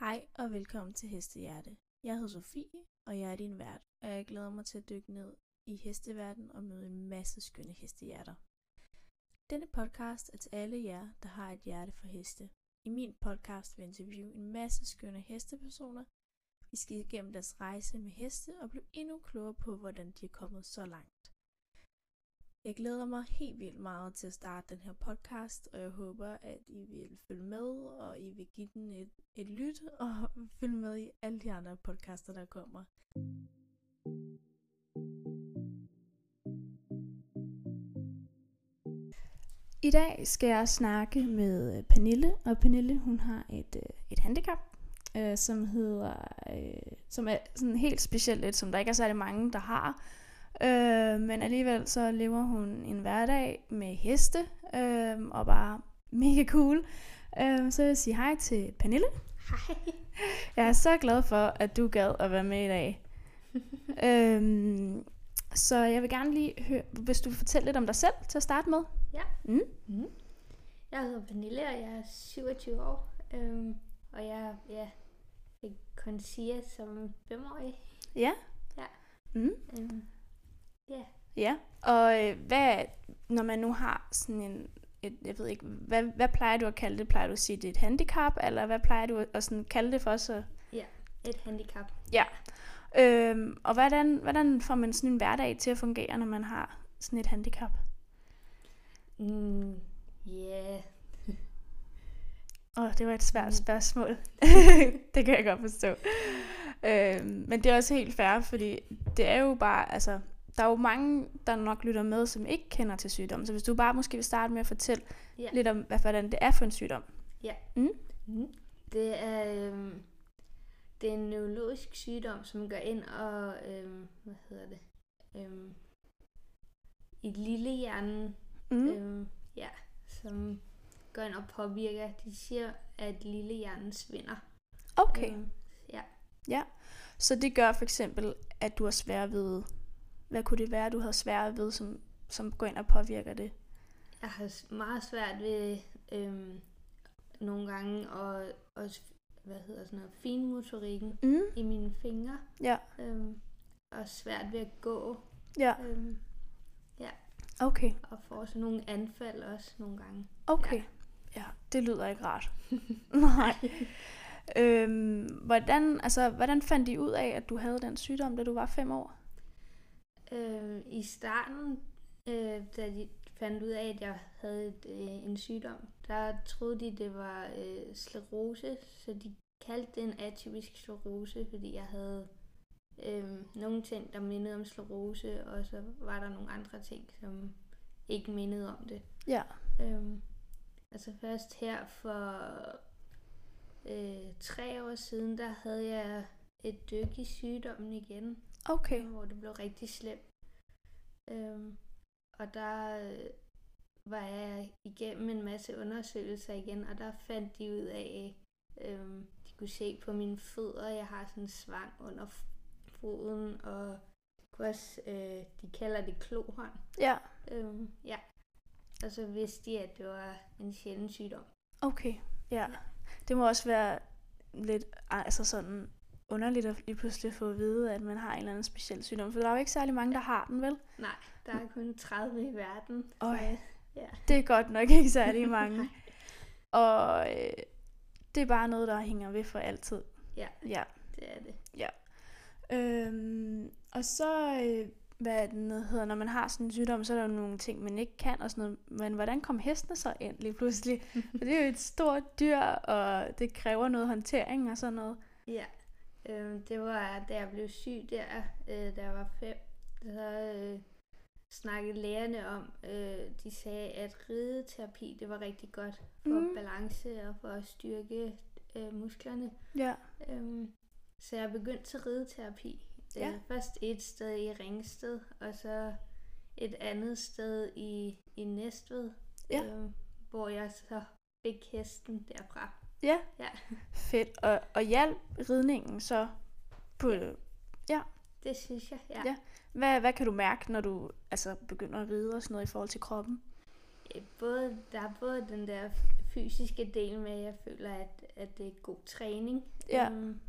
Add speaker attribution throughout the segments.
Speaker 1: Hej og velkommen til Hestehjerte. Jeg hedder Sofie, og jeg er din vært, og jeg glæder mig til at dykke ned i hesteverdenen og møde en masse skønne hestehjerter. Denne podcast er til alle jer, der har et hjerte for heste. I min podcast vil jeg interviewe en masse skønne hestepersoner. Vi skal igennem deres rejse med heste og blive endnu klogere på, hvordan de er kommet så langt. Jeg glæder mig helt vildt meget til at starte den her podcast, og jeg håber, at I vil følge med, og I vil give den et, et lyt, og følge med i alle de andre podcaster, der kommer. I dag skal jeg snakke med øh, Pernille, og Pernille hun har et, øh, et handicap, øh, som hedder, øh, som er sådan helt specielt et, som der ikke er særlig mange, der har. Øh, men alligevel så lever hun en hverdag med heste, øh, og bare mega cool. Øh, så jeg vil sige hej til Pernille.
Speaker 2: Hej.
Speaker 1: Jeg er så glad for, at du gad at være med i dag. øhm, så jeg vil gerne lige høre, hvis du vil fortælle lidt om dig selv til at starte med.
Speaker 2: Ja.
Speaker 1: Mm.
Speaker 2: Jeg hedder Pernille, og jeg er 27 år. Øhm, og jeg, ja, jeg kun siger som 5-årig.
Speaker 1: Ja.
Speaker 2: Ja.
Speaker 1: Mm.
Speaker 2: Øhm,
Speaker 1: Ja. Og øh, hvad, når man nu har sådan en, et, jeg ved ikke, hvad, hvad plejer du at kalde det? Plejer du at sige, det er et handicap, eller hvad plejer du at, at sådan kalde det for så?
Speaker 2: et handicap.
Speaker 1: Øhm, og hvordan, hvordan får man sådan en hverdag til at fungere, når man har sådan et handicap?
Speaker 2: Mm, yeah.
Speaker 1: Åh, oh, det var et
Speaker 2: Mm.
Speaker 1: svært spørgsmål. det kan jeg godt forstå. Øhm, men det er også helt fair, fordi det er jo bare, altså, der er jo mange, der nok lytter med, som ikke kender til sygdommen. Så hvis du bare måske vil starte med at fortælle
Speaker 2: Ja.
Speaker 1: lidt om, hvad, hvordan det er for en sygdom.
Speaker 2: Mm. Det er, øhm, det er en neurologisk sygdom, som går ind og, øhm, hvad hedder det, øhm, i lillehjernen,
Speaker 1: Mm.
Speaker 2: mm.
Speaker 1: Øh.
Speaker 2: øhm, ja, som går ind og påvirker. De siger, at lillehjernen svinder.
Speaker 1: Okay,
Speaker 2: Øhm,
Speaker 1: så det gør for eksempel, at du har svært ved, hvad kunne det være, du havde svært ved, som, som går ind og påvirker det?
Speaker 2: Jeg har s- meget svært ved øhm, nogle gange at, at hvad hedder sådan noget, finmotorikken
Speaker 1: Mm.
Speaker 2: i mine fingre.
Speaker 1: Ja.
Speaker 2: Øhm, og svært ved at gå.
Speaker 1: Ja,
Speaker 2: Øhm,
Speaker 1: okay.
Speaker 2: og får sådan nogle anfald også nogle gange.
Speaker 1: Okay. Ja. ja, det lyder ikke rart. Nej. Øhm, hvordan, altså, hvordan fandt I ud af, at du havde den sygdom, da du var fem år?
Speaker 2: Øhm, I starten, øh, da de fandt ud af, at jeg havde et, øh, en sygdom, der troede de, det var øh, sklerose, så de kaldte det en atypisk sklerose, fordi jeg havde øh, nogle ting, der mindede om sklerose, og så var der nogle andre ting, som ikke mindede om det.
Speaker 1: Ja.
Speaker 2: Øhm, altså først her for øh, tre år siden, der havde jeg et dyk i sygdommen igen
Speaker 1: Okay.
Speaker 2: hvor det blev rigtig slemt. Øhm, og der øh, var jeg igennem en masse undersøgelser igen, og der fandt de ud af, øhm, de kunne se på mine fødder, jeg har sådan en svang under f- foden, og kunne også, øh, de kalder det klohånd.
Speaker 1: Ja,
Speaker 2: Øhm, ja. Og så vidste de, at det var en sjælden sygdom.
Speaker 1: okay. Ja. Det må også være lidt altså sådan underligt at lige pludselig få at vide, at man har en eller anden speciel sygdom. For der er jo ikke særlig mange, der har den, vel?
Speaker 2: Der er kun 30 i verden. så-
Speaker 1: Øj.
Speaker 2: ja.
Speaker 1: Det er godt nok ikke særlig mange. Og øh, det er bare noget, der hænger ved for altid.
Speaker 2: Ja,
Speaker 1: Ja.
Speaker 2: det er det.
Speaker 1: Øhm, og så, øh, hvad den hedder, når man har sådan en sygdom, så er der jo nogle ting, man ikke kan og sådan noget. Men hvordan kom hestene så ind lige pludselig? For det er jo et stort dyr, og det kræver noget håndtering og sådan noget.
Speaker 2: Ja, øh, det var, da jeg blev syg der, øh, da jeg var fem, så øh, snakkede lægerne om, øh, de sagde, at rideterapi, det var rigtig godt for
Speaker 1: Mm.
Speaker 2: mm. balance og for at styrke øh, musklerne.
Speaker 1: Ja,
Speaker 2: Øh, så jeg begyndte til rideterapi.
Speaker 1: Ja.
Speaker 2: Øh, først et sted i Ringsted, og så et andet sted i, i Næstved,
Speaker 1: Ja.
Speaker 2: øh, hvor jeg så fik hesten derfra.
Speaker 1: ja.
Speaker 2: Ja.
Speaker 1: Fedt. Og, og hjalp ridningen så på...
Speaker 2: Det synes jeg, ja.
Speaker 1: Ja. Hvad, hvad kan du mærke, når du altså, begynder at ride og sådan noget i forhold til kroppen?
Speaker 2: Øh, Både, der er både den der fysiske del med, jeg føler, at, at det er god træning.
Speaker 1: Ja.
Speaker 2: Øhm,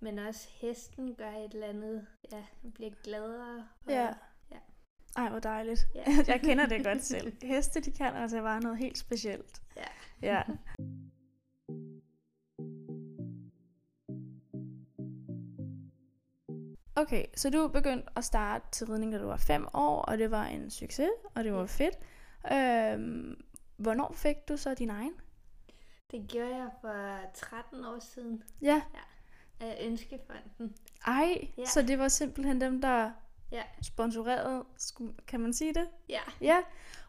Speaker 2: men også hesten gør et eller andet. Ja, han bliver gladere. Og,
Speaker 1: Ja.
Speaker 2: Ja.
Speaker 1: Ej, hvor dejligt.
Speaker 2: Ja.
Speaker 1: Jeg kender det godt selv. Heste, de kan altså bare noget helt specielt.
Speaker 2: Ja.
Speaker 1: ja. Okay, så du begyndte at starte til ridning, da du var fem år, og det var en succes, og det var
Speaker 2: Ja.
Speaker 1: fedt. Øhm, hvornår fik du så din egen?
Speaker 2: Det gjorde jeg for 13 år siden
Speaker 1: Ja.
Speaker 2: af Ønskefonden.
Speaker 1: Ej,
Speaker 2: Ja.
Speaker 1: så det var simpelthen dem, der
Speaker 2: Ja.
Speaker 1: sponsorerede, sku- kan man sige det?
Speaker 2: Ja.
Speaker 1: Ja,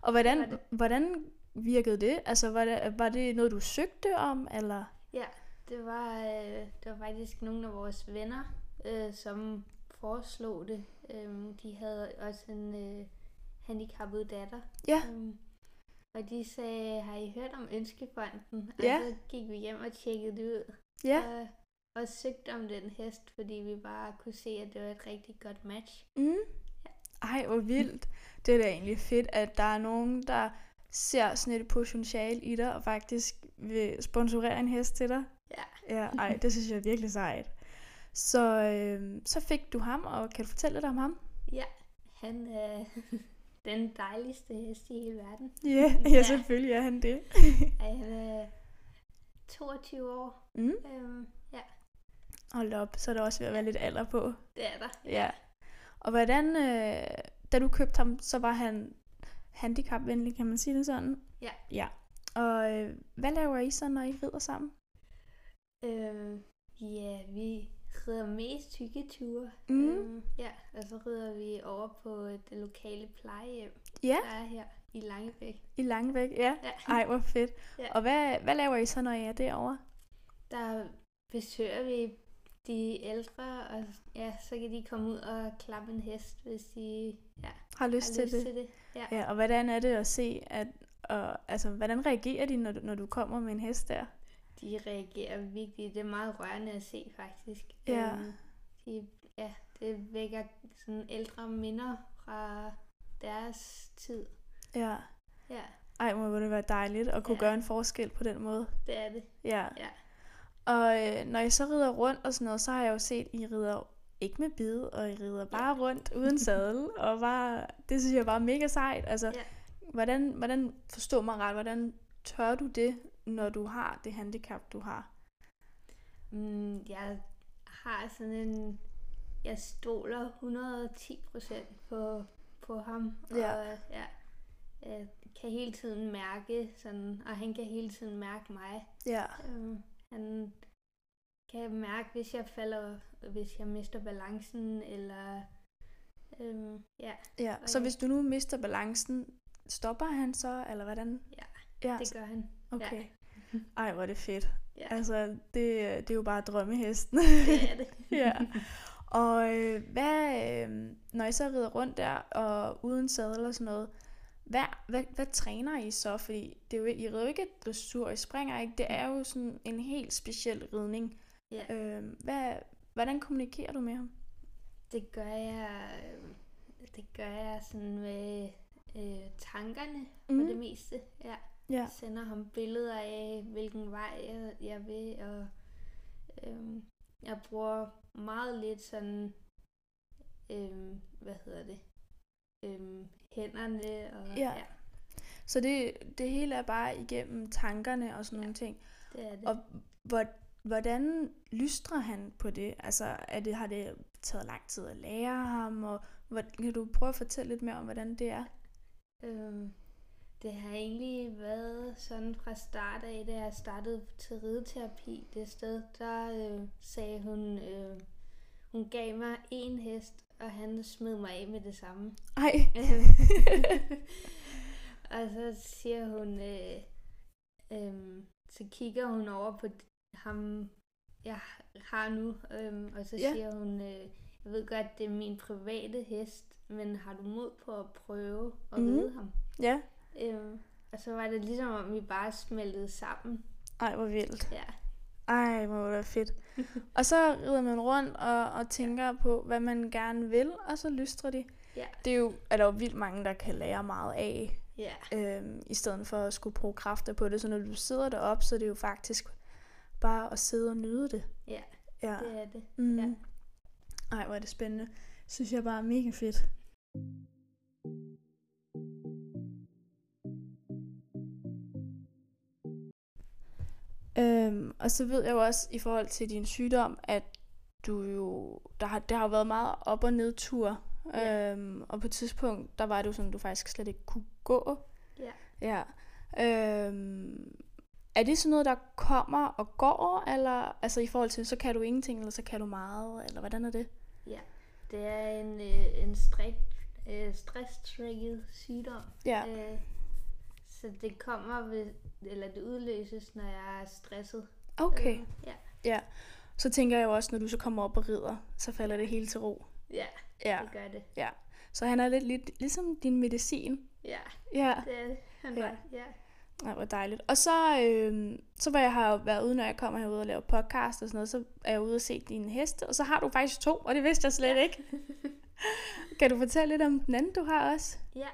Speaker 1: og
Speaker 2: var
Speaker 1: hvordan,
Speaker 2: det.
Speaker 1: hvordan virkede det? Altså, var det, var det noget, du søgte om, eller?
Speaker 2: Det var, øh, det var faktisk nogle af vores venner, øh, som foreslog det. Øhm, de havde også en øh, handicappet datter.
Speaker 1: Ja.
Speaker 2: Øhm, og de sagde, har I hørt om Ønskefonden? Og
Speaker 1: Ja.
Speaker 2: så gik vi hjem og tjekkede det ud.
Speaker 1: Ja.
Speaker 2: Og, og søgte om den hest, fordi vi bare kunne se, at det var et rigtig godt match.
Speaker 1: Mm. Ej, hvor vildt. Det er da egentlig fedt, at der er nogen, der ser sådan et potentiale i dig, og faktisk vil sponsorere en hest til dig.
Speaker 2: Ja.
Speaker 1: Ja, ej, det synes jeg er virkelig sejt. Så, øh, så fik du ham, og kan du fortælle lidt om ham?
Speaker 2: Han er den dejligste hest i hele verden.
Speaker 1: Yeah, ja,
Speaker 2: Ja.
Speaker 1: selvfølgelig er han det.
Speaker 2: Ej, han er 22 år.
Speaker 1: Mm.
Speaker 2: Øhm, ja,
Speaker 1: Hold da op, så er der også ved at være lidt alder på.
Speaker 2: det er der.
Speaker 1: Ja. Og hvordan, øh, da du købte ham, så var han handicapvenlig, kan man sige det sådan?
Speaker 2: Ja.
Speaker 1: Ja. Og øh, hvad laver I så, når I rider sammen?
Speaker 2: Øhm, ja, vi rider mest tykketure.
Speaker 1: Mm.
Speaker 2: Øhm, ja, og så rider vi over på øh, det lokale plejehjem,
Speaker 1: Ja,
Speaker 2: der er her i Langebæk.
Speaker 1: i Langebæk, ja.
Speaker 2: Ja.
Speaker 1: Ej, hvor fedt.
Speaker 2: Ja.
Speaker 1: Og hvad, hvad laver I så, når I er derovre?
Speaker 2: Der besøger vi de ældre, og ja, så kan de komme ud og klappe en hest, hvis de ja,
Speaker 1: Har lyst, til,
Speaker 2: har lyst
Speaker 1: det?
Speaker 2: til det. Ja.
Speaker 1: Ja, og hvordan er det at se, at, og, altså, hvordan reagerer de, når, du- når du kommer med en hest der?
Speaker 2: De reagerer virkelig. Det er meget rørende at se, faktisk.
Speaker 1: Ja.
Speaker 2: Øhm, de, ja, det vækker sådan ældre minder fra deres tid.
Speaker 1: Ja.
Speaker 2: Ja,
Speaker 1: Ej, må det være dejligt at kunne
Speaker 2: Ja.
Speaker 1: gøre en forskel på den måde.
Speaker 2: det er det.
Speaker 1: Ja.
Speaker 2: Ja.
Speaker 1: Og øh, når I så rider rundt og sådan noget, så har jeg jo set, I rider ikke med bid, og I rider bare rundt uden sadel, og bare, det synes jeg bare er mega sejt. Altså,
Speaker 2: Ja.
Speaker 1: hvordan, hvordan, forstå mig ret, hvordan tør du det, når du har det handicap, du har?
Speaker 2: Mm, jeg har sådan en... Jeg stoler 110 procent på, på ham.
Speaker 1: Ja.
Speaker 2: Og, ja, jeg kan hele tiden mærke sådan, og han kan hele tiden mærke mig.
Speaker 1: Ja.
Speaker 2: Øhm, han kan mærke, hvis jeg falder, hvis jeg mister balancen, eller øhm, ja,
Speaker 1: ja.
Speaker 2: Og
Speaker 1: Så
Speaker 2: jeg-
Speaker 1: hvis du nu mister balancen, stopper han så, eller hvordan?
Speaker 2: Ja,
Speaker 1: ja
Speaker 2: det gør han.
Speaker 1: okay. Ej, hvor er det fedt.
Speaker 2: Ja.
Speaker 1: Altså, det, det er jo bare drømmehesten.
Speaker 2: Det er det.
Speaker 1: ja. Og øh, hvad, øh, når I så rider rundt der, og uden sadel og sådan noget, hvad, hvad, hvad træner I så? Fordi det er jo, ikke- I rider jo ikke dressur, I springer ikke. Det er jo sådan en helt speciel ridning.
Speaker 2: Ja.
Speaker 1: Øh, hvad, hvordan kommunikerer du med ham?
Speaker 2: Det gør jeg, øhm, det gør jeg sådan med øh, tankerne mm. for det meste. Ja.
Speaker 1: Ja.
Speaker 2: Sender ham billeder af, hvilken vej jeg, jeg vil, og øhm, jeg bruger meget lidt sådan, øhm, hvad hedder det, øhm, hænderne og
Speaker 1: Ja.
Speaker 2: ja
Speaker 1: Så det, det hele er bare igennem tankerne og sådan ja.
Speaker 2: Ja.
Speaker 1: nogle ting.
Speaker 2: det er det.
Speaker 1: Og hvor, hvordan lystrer han på det? Altså, er det, har det taget lang tid at lære ham? Og hvor, kan du prøve at fortælle lidt mere om, hvordan det er?
Speaker 2: Øhm, det har egentlig været sådan fra start af, da jeg startede til rideterapi det sted, der øh, sagde hun, øh, hun gav mig en hest, og han smed mig af med det samme.
Speaker 1: Ej,
Speaker 2: og så siger hun, øh, øh, så kigger hun over på d- ham, jeg har nu, øh, og så
Speaker 1: Ja.
Speaker 2: ja. siger hun, øh, jeg ved godt, det er min private hest, men har du mod på at prøve at
Speaker 1: Mhm.
Speaker 2: mm. ride ham?
Speaker 1: ja.
Speaker 2: Øhm, og så var det ligesom, om vi bare smeltede sammen.
Speaker 1: Ej, hvor vildt.
Speaker 2: Ja,
Speaker 1: Ej, hvor var det fedt. og så rider man rundt og, og tænker på, hvad man gerne vil, og så lystrer de.
Speaker 2: Ja.
Speaker 1: Det er jo, er der jo vildt mange, der kan lære meget af.
Speaker 2: Ja.
Speaker 1: øhm, i stedet for at skulle bruge kræfter på det. Så når du sidder deroppe, så er det jo faktisk bare at sidde og nyde det.
Speaker 2: Ja,
Speaker 1: Ja.
Speaker 2: det er det.
Speaker 1: Mm.
Speaker 2: ja.
Speaker 1: Ej, hvor er det spændende. Synes jeg bare er mega fedt. Øhm, og så ved jeg jo også i forhold til din sygdom, at du jo, der har, der har jo været meget op- og nedtur.
Speaker 2: Ja.
Speaker 1: Øhm, og på et tidspunkt, der var det jo sådan, at du faktisk slet ikke kunne gå.
Speaker 2: Ja.
Speaker 1: ja. Øhm, er det sådan noget, der kommer og går, eller altså i forhold til, så kan du ingenting, eller så kan du meget, eller hvordan er det?
Speaker 2: Det er en, øh, en strikt, øh, stresstrigget sygdom.
Speaker 1: Ja,
Speaker 2: Øh, så det kommer, ved, eller det udløses, når jeg er stresset.
Speaker 1: okay.
Speaker 2: Øh, ja.
Speaker 1: Så tænker jeg jo også, når du så kommer op og rider, så falder det hele til ro.
Speaker 2: Øh, ja,
Speaker 1: Ja,
Speaker 2: det gør det.
Speaker 1: så han er lidt, lidt ligesom din medicin.
Speaker 2: Ja,
Speaker 1: Ja,
Speaker 2: det er det. Han
Speaker 1: Ja.
Speaker 2: var, ja.
Speaker 1: Ej, hvor dejligt. Og så, øh, så var jeg har været ude, når jeg kommer herude og laver podcast og sådan noget, så er jeg ude og se dine heste, og så har du faktisk to, og det vidste jeg slet ja. ikke. kan du fortælle lidt om den anden, du har også?
Speaker 2: Ja,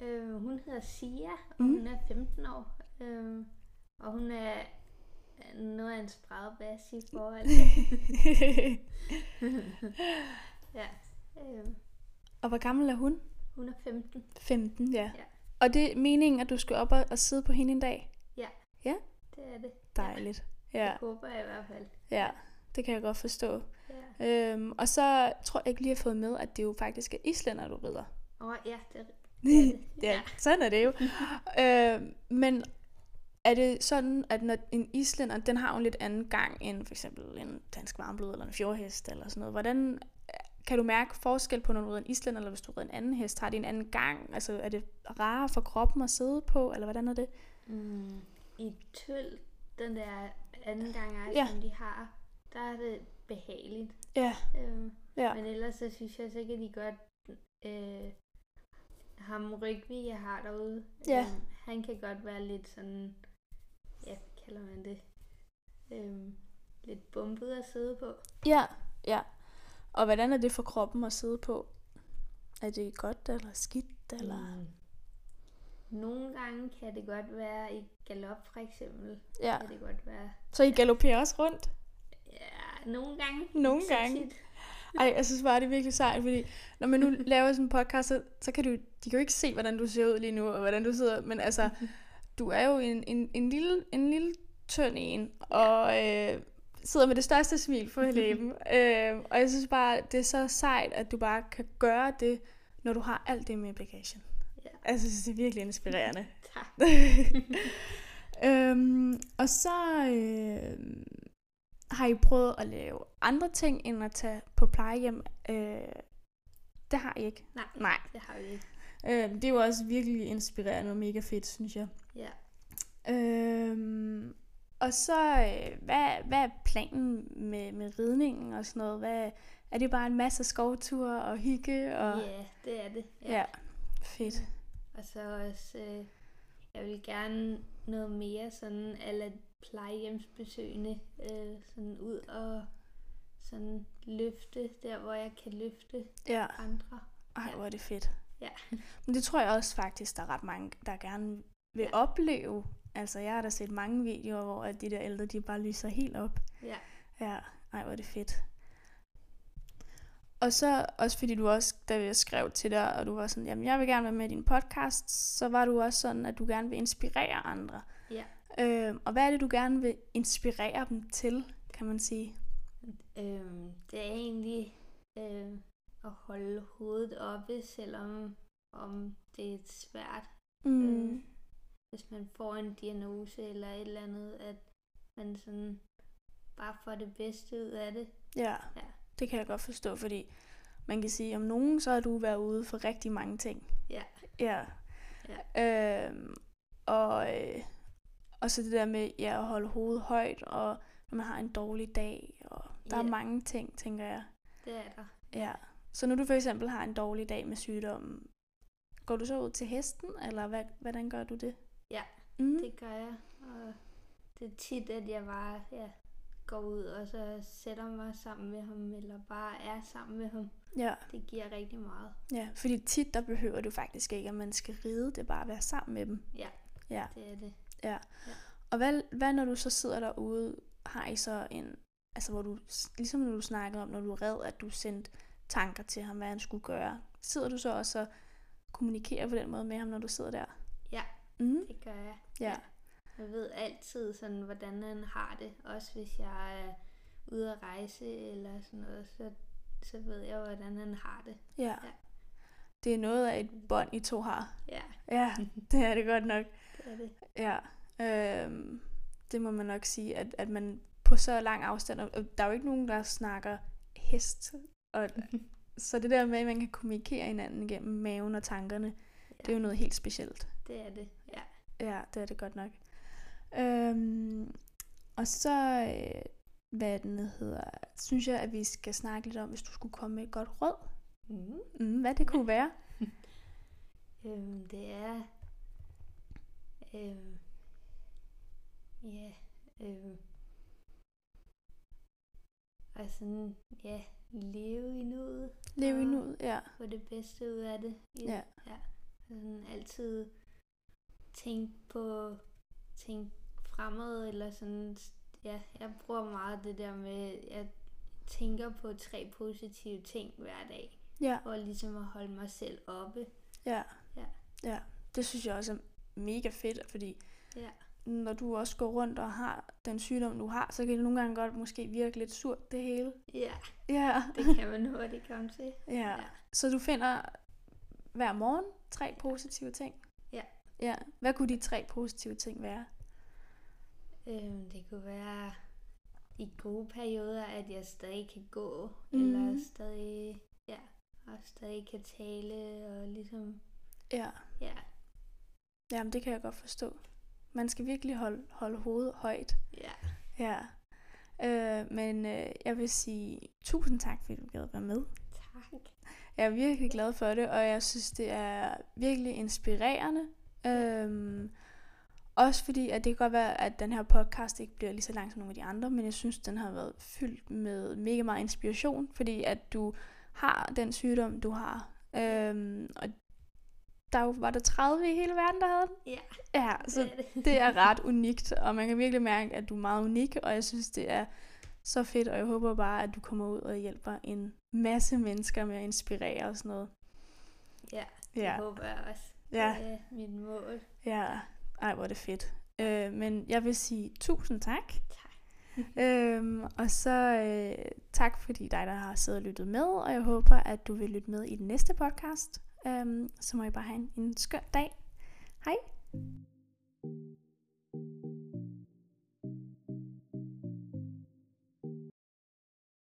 Speaker 2: øh, hun hedder Sia, og
Speaker 1: Mhm.
Speaker 2: mm. hun er 15 år. Øh, og hun er er noget af en spredbas i forhold til. ja, øh,
Speaker 1: og hvor gammel er hun?
Speaker 2: hun er 15.
Speaker 1: 15, ja.
Speaker 2: Ja.
Speaker 1: Og det er meningen, at du skal op og, og sidde på hende en dag?
Speaker 2: Det er det.
Speaker 1: Dejligt.
Speaker 2: Ja.
Speaker 1: Ja,
Speaker 2: Det håber jeg i hvert fald.
Speaker 1: ja. Det kan jeg godt forstå.
Speaker 2: Ja.
Speaker 1: Øhm, og så tror jeg ikke lige, jeg har fået med, at det jo faktisk er islænder, du rider.
Speaker 2: Og ja, det er det. Er det.
Speaker 1: ja, sådan er det jo. øhm, men er det sådan, at når en islænder, den har jo en lidt anden gang end for eksempel en dansk varmblod eller en fjordhest eller sådan noget. Hvordan øh, kan du mærke forskel på, når du rider en islænder, eller hvis du rider en anden hest? Har det en anden gang? Altså er det rarere for kroppen at sidde på, eller hvordan er det?
Speaker 2: Mm, I tøl, den der anden gang, jeg,
Speaker 1: Ja.
Speaker 2: som de har, der er det behageligt.
Speaker 1: Ja,
Speaker 2: Øhm,
Speaker 1: Ja.
Speaker 2: Men ellers så synes jeg sikkert, at de godt... Øh, ham Rygvi, jeg har derude,
Speaker 1: Ja.
Speaker 2: øhm, han kan godt være lidt sådan... Ja, hvad kalder man det? Øhm, lidt bumpet at sidde på.
Speaker 1: Ja, ja. Og hvordan er det for kroppen at sidde på? Er det godt eller skidt? Eller?
Speaker 2: Mm. Nogle gange kan det godt være i galop for eksempel.
Speaker 1: Ja.
Speaker 2: Kan det godt være...
Speaker 1: Så I galopperer også rundt?
Speaker 2: Ja, nogle gange.
Speaker 1: Nogle
Speaker 2: Ikke så
Speaker 1: gange.
Speaker 2: tit.
Speaker 1: Ej, jeg synes bare, det er virkelig sejt, fordi når man nu laver sådan en podcast, så, så kan du, de kan jo ikke se, hvordan du ser ud lige nu, og hvordan du sidder, men altså, du er jo en, en, en lille, en lille tynd en, og øh, sidder med det største smil på læben. øh, og jeg synes bare, det er så sejt, at du bare kan gøre det, når du har alt det med i bagagen. Altså,
Speaker 2: Ja.
Speaker 1: Jeg synes, det er virkelig inspirerende.
Speaker 2: Tak.
Speaker 1: øhm, og så øh, har I prøvet at lave andre ting, end at tage på plejehjem. Øh, det har I ikke.
Speaker 2: Nej,
Speaker 1: Nej.
Speaker 2: det har vi ikke.
Speaker 1: Øh, det er jo også virkelig inspirerende og mega fedt, synes jeg.
Speaker 2: Ja.
Speaker 1: Øhm, og så, øh, hvad, hvad er planen med, med ridningen og sådan noget? Hvad, er det bare en masse skovture og hygge? Og...
Speaker 2: ja, det er det.
Speaker 1: ja. Fedt.
Speaker 2: Og så også, øh, jeg vil gerne noget mere sådan, eller plejehjemsbesøgende, øh, sådan ud og sådan løfte, der hvor jeg kan løfte
Speaker 1: Ja.
Speaker 2: andre.
Speaker 1: Ej,
Speaker 2: Ja.
Speaker 1: hvor er det fedt.
Speaker 2: Ja.
Speaker 1: Men det tror jeg også faktisk, der er ret mange, der gerne vil ja.
Speaker 2: Ja.
Speaker 1: opleve. Altså, jeg har da set mange videoer, hvor at de der ældre, de bare lyser helt op.
Speaker 2: Ja,
Speaker 1: Ja, ej, hvor er det fedt. Og så også fordi du også, da jeg skrev til dig, og du var sådan, jamen jeg vil gerne være med i din podcast, så var du også sådan, at du gerne vil inspirere andre.
Speaker 2: Ja.
Speaker 1: Øhm, og hvad er det, du gerne vil inspirere dem til, kan man sige?
Speaker 2: øh, det er egentlig øh, at holde hovedet oppe, selvom om det er svært. Mm. hvis man får en diagnose eller et eller andet, at man sådan bare får det bedste ud af det.
Speaker 1: Ja,
Speaker 2: Ja.
Speaker 1: det kan jeg godt forstå, fordi man kan sige, om nogen, så har du været ude for rigtig mange ting.
Speaker 2: Ja.
Speaker 1: Ja. ja. Øhm, og, øh, og så det der med ja, at holde hovedet højt, og når man har en dårlig dag, og der er
Speaker 2: Ja.
Speaker 1: mange ting, tænker jeg.
Speaker 2: Det er der.
Speaker 1: Ja. Så når du for eksempel har en dårlig dag med sygdommen, går du så ud til hesten, eller hvad, hvordan gør du det?
Speaker 2: Ja,
Speaker 1: Mm.
Speaker 2: Det gør jeg, og det er tit, at jeg bare ja, går ud og så sætter mig sammen med ham, eller bare er sammen med ham.
Speaker 1: Ja.
Speaker 2: Det giver rigtig meget.
Speaker 1: ja, fordi tit der behøver du faktisk ikke, at man skal ride, det er bare at være sammen med dem.
Speaker 2: Ja,
Speaker 1: Ja.
Speaker 2: det er det.
Speaker 1: Og hvad, hvad når du så sidder derude, har I så en, altså hvor du, ligesom når du snakkede om, når du er red, at du sendte tanker til ham, hvad han skulle gøre. Sidder du så også og kommunikerer på den måde med ham, når du sidder der?
Speaker 2: Ja.
Speaker 1: Mm,
Speaker 2: Det gør jeg.
Speaker 1: ja.
Speaker 2: Jeg ved altid, sådan, hvordan han har det. Også hvis jeg er ude at rejse eller sådan noget, så, så ved jeg, hvordan han har det.
Speaker 1: ja.
Speaker 2: Ja.
Speaker 1: Det er noget af et bånd, I to har.
Speaker 2: Ja,
Speaker 1: Ja, det er det godt nok.
Speaker 2: det er det.
Speaker 1: Ja, øhm, det må man nok sige, at, at man på så lang afstand, og og der er jo ikke nogen, der snakker hest, og, så det der med, at man kan kommunikere hinanden igennem maven og tankerne, ja. det er jo noget helt specielt.
Speaker 2: Det er det. Ja.
Speaker 1: Ja, det er det godt nok. Øhm, og så, øh, hvad den hedder, synes jeg, at vi skal snakke lidt om, hvis du skulle komme med et godt råd,
Speaker 2: Mm.
Speaker 1: mm, hvad det kunne være.
Speaker 2: Øhm, det er... Øhm, ja, øhm, og sådan, ja, leve i nuet.
Speaker 1: Leve i
Speaker 2: Ah.
Speaker 1: nuet, Øhm, ja.
Speaker 2: Få det bedste ud af det. I-
Speaker 1: Ja.
Speaker 2: ja. Og Sådan altid tænke på, tænke fremad, eller sådan, ja, jeg bruger meget det der med, jeg tænker på tre positive ting hver dag,
Speaker 1: ja.
Speaker 2: for ligesom at holde mig selv oppe.
Speaker 1: Ja.
Speaker 2: Ja.
Speaker 1: ja. Det synes jeg også er mega fedt, fordi
Speaker 2: Ja.
Speaker 1: når du også går rundt og har den sygdom, du har, så kan det nogle gange godt måske virke lidt surt, det hele.
Speaker 2: Ja,
Speaker 1: Ja.
Speaker 2: det kan man hurtigt komme til.
Speaker 1: ja. Så du finder hver morgen tre positive ting?
Speaker 2: Ja.
Speaker 1: Ja. Hvad kunne de tre positive ting være?
Speaker 2: Øhm, det kunne være i gode perioder, at jeg stadig kan gå,
Speaker 1: Mhm.
Speaker 2: mm. eller stadig, ja, og stadig kan tale, og ligesom,
Speaker 1: Ja.
Speaker 2: ja,
Speaker 1: Jamen, det kan jeg godt forstå. Man skal virkelig holde, holde hovedet højt.
Speaker 2: ja,
Speaker 1: Ja. Øh, men øh, jeg vil sige tusind tak, fordi du gad at være med.
Speaker 2: tak.
Speaker 1: Jeg er virkelig glad for det, og jeg synes, det er virkelig inspirerende. Øhm, også fordi, at det kan godt være, at den her podcast ikke bliver lige så lang som nogle af de andre, men jeg synes, den har været fyldt med mega meget inspiration, fordi at du har den sygdom, du har. Øhm, og der var- var der 30 i hele verden, der havde den?
Speaker 2: Ja.
Speaker 1: Ja, så
Speaker 2: det. er
Speaker 1: det er ret unikt, og man kan virkelig mærke, at du er meget unik, og jeg synes, det er så fedt, og jeg håber bare, at du kommer ud og hjælper en masse mennesker med at inspirere og sådan noget.
Speaker 2: Ja,
Speaker 1: Ja,
Speaker 2: Det håber jeg også.
Speaker 1: ja,
Speaker 2: Det er mit mål.
Speaker 1: ja. Ej, hvor er det fedt. Øh, men jeg vil sige tusind tak.
Speaker 2: Tak.
Speaker 1: Øhm, og så øh, tak fordi dig, der har siddet og lyttet med, og jeg håber, at du vil lytte med i den næste podcast. Øhm, så må I bare have en, en skøn dag. Hej.